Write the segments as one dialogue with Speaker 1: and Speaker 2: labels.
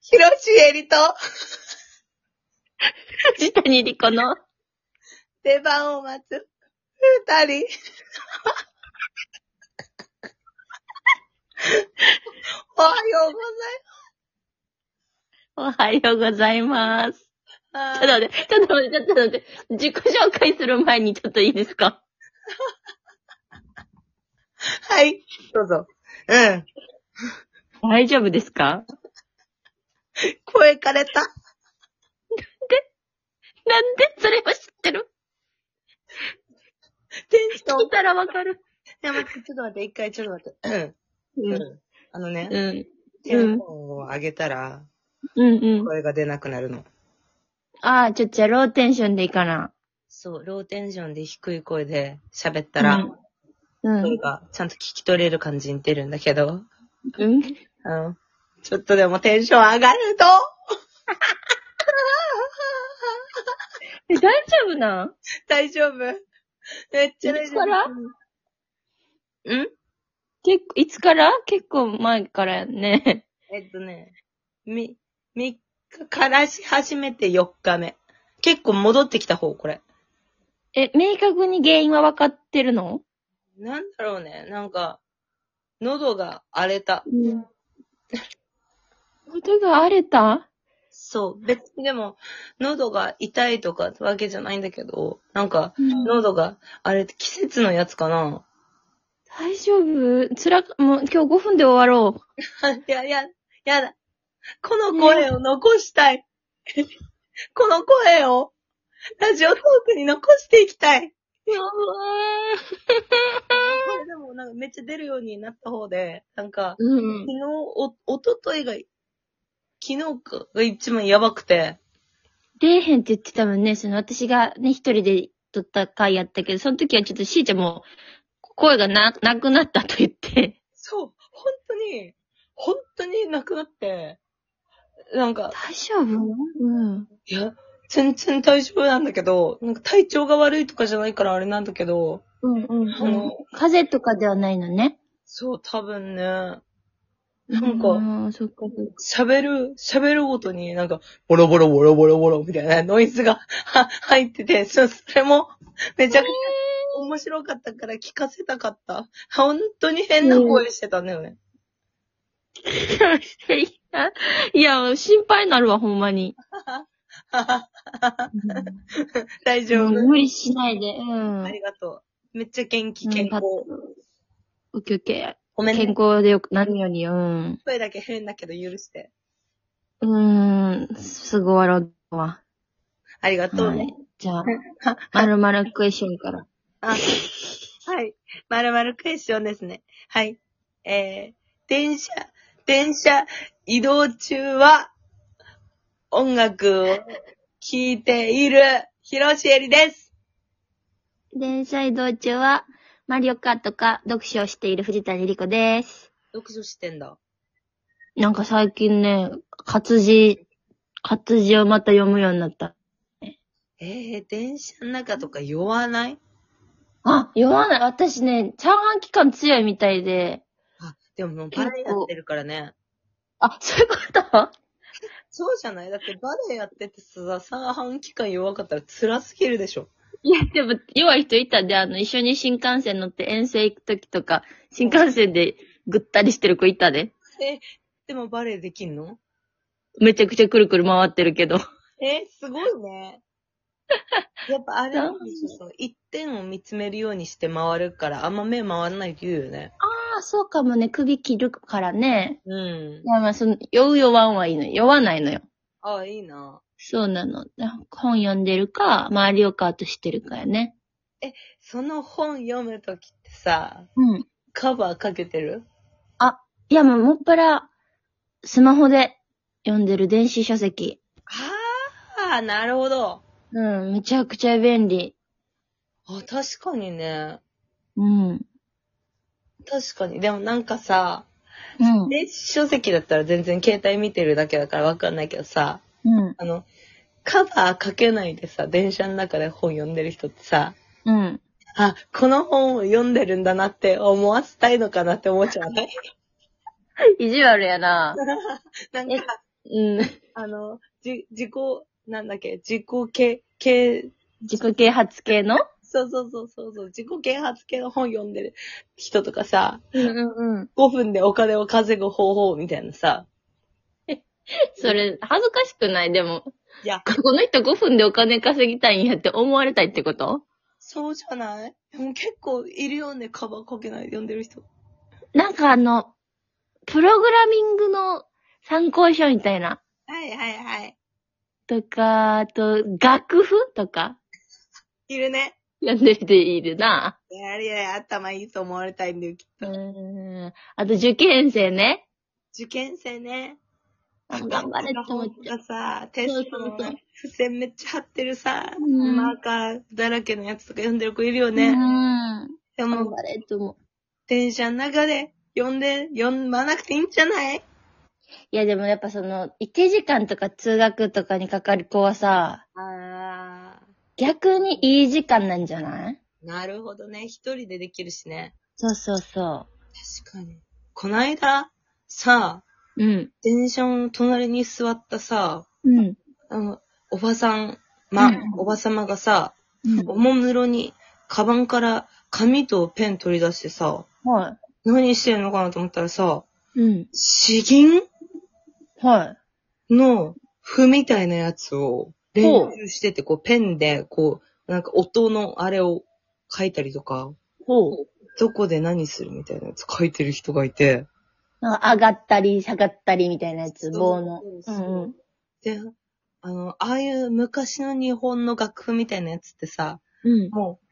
Speaker 1: 広重絵里と
Speaker 2: 藤谷莉子の。
Speaker 1: 出番を待つ二人。 おはようご
Speaker 2: おはようございます。ちょっ
Speaker 1: ざい
Speaker 2: と
Speaker 1: ます。
Speaker 2: 待って、ちょっと待って、ちょっと待って。自己紹介する前にちょっといいですか
Speaker 1: はい。どうぞ。うん。
Speaker 2: 大丈夫ですか
Speaker 1: 声かれた。
Speaker 2: なんでそれを知ってる
Speaker 1: テンション
Speaker 2: 聞い。たらわかる。
Speaker 1: いや、待って、ちょっと待って、一回ちょっと待って。
Speaker 2: う
Speaker 1: うん
Speaker 2: ん。。
Speaker 1: あのね、
Speaker 2: うん。
Speaker 1: テンションを上げたら、
Speaker 2: うんうん。
Speaker 1: 声が出なくなるの。
Speaker 2: ああ、ちょっとじゃあローテンションでいいかな。
Speaker 1: そう、ローテンションで低い声で喋ったら、
Speaker 2: うん。う
Speaker 1: 声
Speaker 2: ん。
Speaker 1: がちゃんと聞き取れる感じに出るんだけど、
Speaker 2: うん。
Speaker 1: うん。ちょっとでもテンション上がると、
Speaker 2: え大丈夫なん
Speaker 1: 大丈夫。めっちゃ大丈夫。
Speaker 2: いつから
Speaker 1: ん
Speaker 2: 結構、いつから結構前からやね。
Speaker 1: えっとね、み、3日からし始めて4日目。結構戻ってきた方、これ。
Speaker 2: え、明確に原因はわかってるの
Speaker 1: なんだろうね、なんか、喉が荒れた。
Speaker 2: うん。音が荒れた
Speaker 1: そう。別にでも、喉が痛いとかってわけじゃないんだけど、なんか、喉が荒れて季節のやつかな
Speaker 2: 大丈夫つら、もう今日5分で終わろ
Speaker 1: いや、いや、やだ。この声を残したい。 この声を、ラジオトークに残していきたい。
Speaker 2: う。や
Speaker 1: これでもなんかめっちゃ出るようになった方で、なんか、
Speaker 2: ばー
Speaker 1: 昨日、お、おとといが、昨日かが一番やばくて、
Speaker 2: 出えへんって言ってたもんね、その私がね、一人で撮った回やったけど、その時はちょっとしーちゃんも声がな、なくなったと言って。
Speaker 1: そう、本当に、本当になくなって、なんか、
Speaker 2: 大丈夫うん。
Speaker 1: いや、全然大丈夫なんだけど、なんか体調が悪いとかじゃないからあれなんだけど、
Speaker 2: うんうん、
Speaker 1: あの、
Speaker 2: 風邪とかではないのね。
Speaker 1: そう、多分ね、なんか
Speaker 2: うん、そっか。
Speaker 1: 喋る、喋るごとになんか、ボロボロボロボロボロみたいなノイズが は入ってて、そそれもめちゃくちゃ面白かったから聞かせたかった。本当に変な声してたんだよね。
Speaker 2: いや、もう心配になるわ、ほんまに。
Speaker 1: 大丈
Speaker 2: も
Speaker 1: 夫
Speaker 2: う。無理しないで。うん。
Speaker 1: ありがとう。めっちゃ元気、健康。
Speaker 2: オッケーオッケ
Speaker 1: ごめ
Speaker 2: ー。
Speaker 1: んね
Speaker 2: 健。康でよくなるように、うん。
Speaker 1: 声だけ変だけど許して。
Speaker 2: うーん、すぐ終わろうわ。
Speaker 1: ありがとう
Speaker 2: は
Speaker 1: ね
Speaker 2: い。。じゃあ、まるまるクエスチョンから。
Speaker 1: あ、はい。まるまるクエスチョンですね。はい。えー、電車、電車移動中は、音楽を聴いている、ひろしえりです。
Speaker 2: 電車移動中は、マリオカートか読書をしている藤谷莉子です。
Speaker 1: 読書してんだ。
Speaker 2: なんか最近ね、活字、活字をまた読むようになった。
Speaker 1: えー、電車の中とか酔わない
Speaker 2: あ、読まない。私ね、三半規管強いみたいで。
Speaker 1: あ、でももうバレエやってるからね。
Speaker 2: あ、そういうこと
Speaker 1: そうじゃないだってバレエやっててさ、三半期間弱かったら辛すぎるでしょ。
Speaker 2: いや、でも、弱い人いたで、あの、一緒に新幹線乗って遠征行くときとか、新幹線でぐったりしてる子いたで。
Speaker 1: え、でもバレエできんの
Speaker 2: めちゃくちゃくるくる回ってる けど。
Speaker 1: え、すごい ね。やっぱあれなんですよその一点を見つめるようにして回るから、あんま目回らないって言うよね。
Speaker 2: ああ、そうかもね。首切るからね。
Speaker 1: うん。
Speaker 2: まあまあ、その、酔う酔わんはいいのよ。酔わないのよ。
Speaker 1: ああ、いいな。
Speaker 2: そうなの。本読んでるか、周りをカートしてるかやね。
Speaker 1: その本読むときってさ、
Speaker 2: うん。
Speaker 1: カバーかけてる
Speaker 2: いや、もう、もっぱら、スマホで読んでる電子書籍。
Speaker 1: ああ、なるほど。
Speaker 2: うん、めちゃくちゃ便利。
Speaker 1: あ、確かにね。
Speaker 2: うん。うん。
Speaker 1: 確かに。でもなんかさ、電子書籍だったら全然携帯見てるだけだからわかんないけどさ、
Speaker 2: うん。
Speaker 1: あの、カバーかけないでさ、電車の中で本読んでる人ってさ、
Speaker 2: うん。
Speaker 1: あ、この本を読んでるんだなって思わせたいのかなって思っちゃわない
Speaker 2: 意地悪やな。
Speaker 1: なんか、
Speaker 2: うん。
Speaker 1: あの、じ、自己、なんだっけ、自己啓、啓、
Speaker 2: 自己啓発系の
Speaker 1: そうそうそうそうそう、自己啓発系の本読んでる人とかさ、
Speaker 2: うんうんうん。
Speaker 1: 5分でお金を稼ぐ方法みたいなさ、
Speaker 2: それ、恥ずかしくないでも。
Speaker 1: いや、
Speaker 2: この人5分でお金稼ぎたいんやって思われたいってこと
Speaker 1: そうじゃないでも結構いるよね、カバーかけないで読んでる人。
Speaker 2: なんかあの、プログラミングの参考書みたいな。
Speaker 1: はいはいはい。
Speaker 2: とか、あと、楽譜とか、
Speaker 1: いるね。
Speaker 2: 読んでる人いるな。
Speaker 1: やりや頭いいと思われたいんだよ、きっ
Speaker 2: う
Speaker 1: と。
Speaker 2: ーん。あと、受験生ね。
Speaker 1: 受験生ね。
Speaker 2: あ頑張れって思っちゃう。
Speaker 1: がさ、テストの
Speaker 2: そうそうそう
Speaker 1: ね付箋めっちゃ貼ってるさ、
Speaker 2: うん
Speaker 1: マーカーだらけのやつとか読んでる子いるよ
Speaker 2: う
Speaker 1: ね。
Speaker 2: ん。
Speaker 1: で
Speaker 2: 頑
Speaker 1: も、
Speaker 2: 張れって思う。
Speaker 1: 電車の中で読んで、読まなくていいんじゃない
Speaker 2: いや、でもやっぱその、1時間とか通学とかにかかる子はさ、
Speaker 1: あ
Speaker 2: 逆にいい時間なんじゃない
Speaker 1: ー、なるほどね。一人でできるしね。
Speaker 2: そうそうそ
Speaker 1: 確かに。こないだ、さ、
Speaker 2: う。うん。
Speaker 1: 電車の隣に座ったさ、
Speaker 2: うん。
Speaker 1: あの、おばさん、ま、
Speaker 2: うん
Speaker 1: おばさまがさ、
Speaker 2: うん。
Speaker 1: おもむろに、カバンから紙とペン取り出してさ、
Speaker 2: は
Speaker 1: 何してんのかなと思ったらさ、
Speaker 2: い。うん。
Speaker 1: 詩吟
Speaker 2: は
Speaker 1: の譜みたいなやつを練習してて、こうペンで、こう、なんか音のあれを書いたりとか、
Speaker 2: い。ほう。
Speaker 1: どこで何するみたいなやつ書いてる人がいて、
Speaker 2: なんか上がったり下がったりみたいなやつ、棒の。
Speaker 1: そう
Speaker 2: う
Speaker 1: そうん
Speaker 2: うん。
Speaker 1: で、あの、ああいう昔の日本の楽譜みたいなやつってさ、
Speaker 2: うん。
Speaker 1: もう、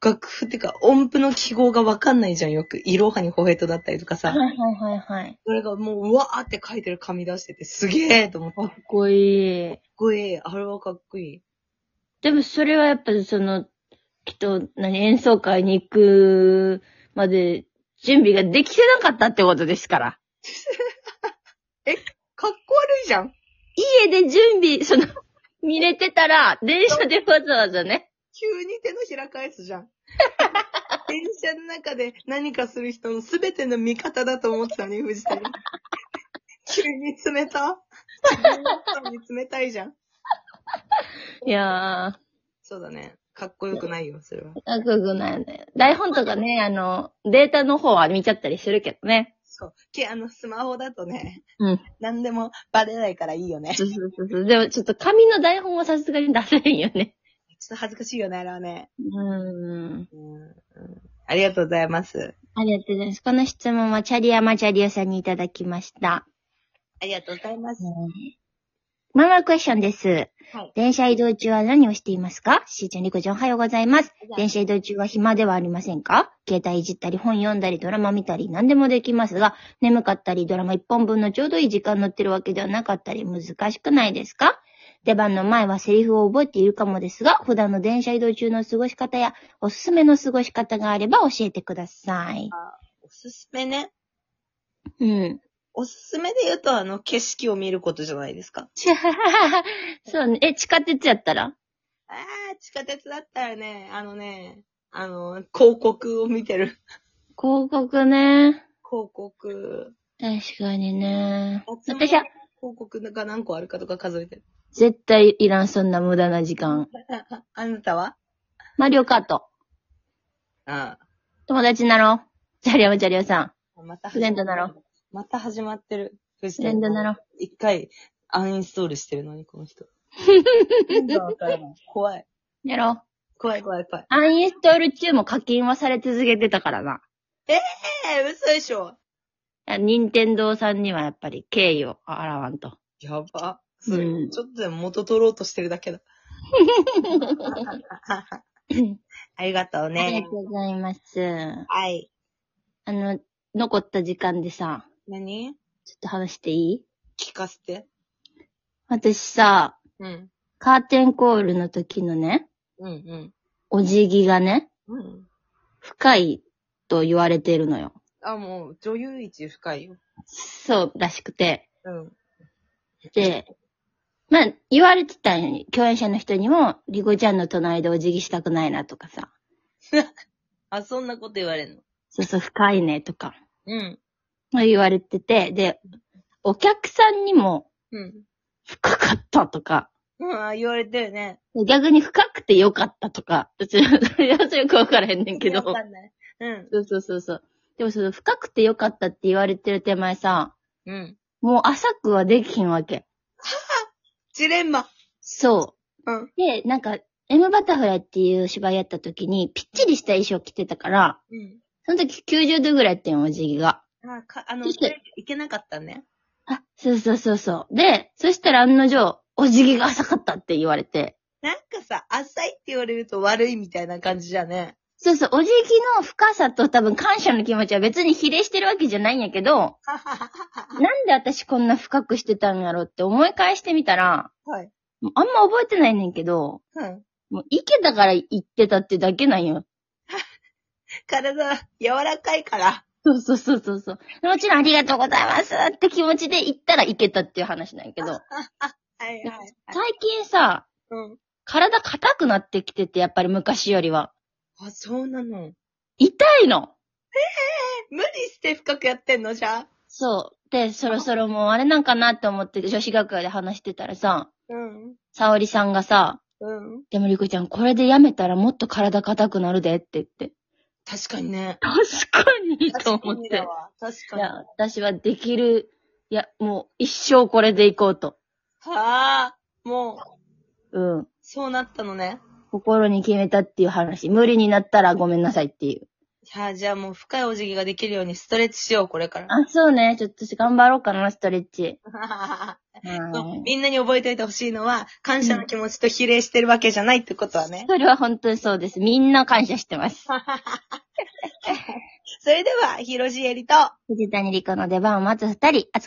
Speaker 1: 楽譜っていうか音符の記号がわかんないじゃん、よく。イロハにホヘイトだったりとか
Speaker 2: は
Speaker 1: さ
Speaker 2: い。はいはいはい。
Speaker 1: それがもう、うわーって書いてる紙出してて、すげえと思って。
Speaker 2: か
Speaker 1: かっ
Speaker 2: っこいい。
Speaker 1: こいい。あれはかっこいい。
Speaker 2: でもそれはやっぱその、きっと、何、演奏会に行くまで準備ができてなかったってことですから。
Speaker 1: かっこ悪いじゃん。
Speaker 2: 家で準備、その、 見れてたら、電車でわざわざね。
Speaker 1: 急に手のひら返すじゃ ん。電車の中で何かする人の全ての味方だと思ってたのに、藤 谷。急に冷た自分の人に冷たいじゃん。
Speaker 2: いやー、
Speaker 1: そうだね。かっこよくないよ、それは。
Speaker 2: かっこよくないよね。台本とかね、あの、データの方は見ちゃったりするけどね。
Speaker 1: そう。け、あの、スマホだとね、
Speaker 2: うん。
Speaker 1: 何でもバレないからいいよね。ちょ
Speaker 2: そうそうそうそう。でもちょっと紙の台本はさすがに出せへんよね。
Speaker 1: っと恥ずかしいよね、あれはね。
Speaker 2: う
Speaker 1: う
Speaker 2: ん。
Speaker 1: んうん。ありがとうございます。
Speaker 2: ありがとうございます。この質問はチャリアマチャリオさんにいただきました。
Speaker 1: ありがとうございます。
Speaker 2: マンワークエスチョンです。
Speaker 1: はい
Speaker 2: 電車移動中は何をしていますかしーちゃん、りこちゃん、おはようございます。電車移動中は暇ではありませんか携帯いじったり、本読んだり、ドラマ見たり、何でもできますが、眠かったり、ドラマ1本分のちょうどいい時間乗ってるわけではなかったり、難しくないですか出番の前はセリフを覚えているかもですが、普段の電車移動中の過ごし方や、おすすめの過ごし方があれば教えてください。
Speaker 1: おすすめね。
Speaker 2: うん。
Speaker 1: おすすめで言うと、あの、景色を見ることじゃないですか。
Speaker 2: そうね。え、地下鉄やったら
Speaker 1: ああ、地下鉄だったらね、あのね、あの、広告を見てる。
Speaker 2: 広告ね。
Speaker 1: 広告。
Speaker 2: 確かにね。私は
Speaker 1: 広告が何個あるかとか数えてる。
Speaker 2: 絶対いらん、そんな無駄な時間。
Speaker 1: ああなたは
Speaker 2: マリオカート。
Speaker 1: あ
Speaker 2: 友達になろう。チャリアムチャリアさん。
Speaker 1: あ。また
Speaker 2: フレンドなろ。
Speaker 1: また始まってる。フ
Speaker 2: フレンドなろう。
Speaker 1: 一回、アンインストールしてるのに、この 人。意味がわからない怖い。
Speaker 2: やろう。
Speaker 1: 怖い怖い怖い。
Speaker 2: アンインストール中も課金はされ続けてたからな。
Speaker 1: ええ嘘でしょ。
Speaker 2: 任天堂さんにはやっぱり敬意を表わんと。
Speaker 1: やば。それ
Speaker 2: うん
Speaker 1: ちょっとでも元取ろうとしてるだけだ。ありがとう
Speaker 2: あり
Speaker 1: ね
Speaker 2: が。とうございます。あ
Speaker 1: はい。
Speaker 2: の、残った時間でさ、
Speaker 1: 何
Speaker 2: ちょっと話していい
Speaker 1: 聞かせて。
Speaker 2: 私さ、
Speaker 1: うん。
Speaker 2: カーテンコールの時のね、
Speaker 1: うんうん。
Speaker 2: お辞儀がね、
Speaker 1: うん。
Speaker 2: 深いと言われてるのよ。
Speaker 1: あ、もう、女優一深いよ。
Speaker 2: そうらしくて。
Speaker 1: うん。
Speaker 2: で、まあ、言われてたんよ共演者の人にも、リコちゃんの隣でお辞儀したくないなとかさ、
Speaker 1: あ、そんなこと言われんの
Speaker 2: そうそう深いねとか、
Speaker 1: うん。
Speaker 2: 言われてて、で、お客さんにも、
Speaker 1: うん。
Speaker 2: 深かったとか、
Speaker 1: うん、あ言われてるね。
Speaker 2: 逆に深くてよかったとか、私は、それはよくわからへんねんけど。
Speaker 1: わかんない。うん。
Speaker 2: そうそうそうそう。でもその深くてよかったって言われてる手前さ、
Speaker 1: うん。
Speaker 2: もう浅くはできひんわけ。
Speaker 1: ジレンマ。
Speaker 2: そう。
Speaker 1: うん。
Speaker 2: で、なんか、M バタフライっていう芝居やった時に、ぴっちりした衣装着てたから、
Speaker 1: うん。
Speaker 2: その時90度ぐらいやってん、お辞儀が。
Speaker 1: あ、か、あの、
Speaker 2: そ
Speaker 1: い
Speaker 2: して
Speaker 1: けなかったね。
Speaker 2: あ、そうそうそうそう。で、そしたら案の定、お辞儀が浅かったって言われて、
Speaker 1: なんかさ、浅いって言われると悪いみたいな感じじゃね。
Speaker 2: そうそう、お辞儀の深さと多分感謝の気持ちは別に比例してるわけじゃないんやけど、
Speaker 1: ははは
Speaker 2: なんで私こんな深くしてたんやろって思い返してみたら、
Speaker 1: はい。
Speaker 2: もうあんま覚えてないねんけど、
Speaker 1: うん。
Speaker 2: もう行けたから行ってたってだけなんよ。
Speaker 1: 体、柔らかいから。
Speaker 2: そうそうそうそうそう。もちろんありがとうございますって気持ちで行ったら行けたっていう話なんやけど、
Speaker 1: はいはい。
Speaker 2: 最近さ、
Speaker 1: うん。
Speaker 2: 体硬くなってきてて、やっぱり昔よりは。
Speaker 1: あ、そうなの。
Speaker 2: 痛いの
Speaker 1: 無理して深くやってんのじゃあ
Speaker 2: そう。で、そろそろもうあれなんかなって思って女子学屋で話してたらさ、
Speaker 1: うん。
Speaker 2: 沙織さんがさ、
Speaker 1: うん。
Speaker 2: でもりこちゃんこれでやめたらもっと体硬くなるでって言って。
Speaker 1: 確かにね。
Speaker 2: 確かにと
Speaker 1: 確か
Speaker 2: 思っ
Speaker 1: に
Speaker 2: て
Speaker 1: だ。わ。確か
Speaker 2: い
Speaker 1: に。
Speaker 2: や
Speaker 1: は、
Speaker 2: 私はできる、いや、もう一生これでいこうと。
Speaker 1: あ。もう、
Speaker 2: うん。
Speaker 1: そうなったのね。
Speaker 2: 心に決めたっていう話。無理になったらごめんなさいっていう。
Speaker 1: はあ、じゃあもう深いお辞儀ができるようにストレッチしよう、これから。
Speaker 2: あ、そうね。ちょっと私頑張ろうかな、ストレッチ。
Speaker 1: そう
Speaker 2: はい。
Speaker 1: みんなに覚えておいてほしいのは、感謝の気持ちと比例してるわけじゃないってことはね。
Speaker 2: それは本当にそうです。みんな感謝してます。
Speaker 1: それでは、広ロジエリと、
Speaker 2: 藤谷莉子の出番を待つ二人、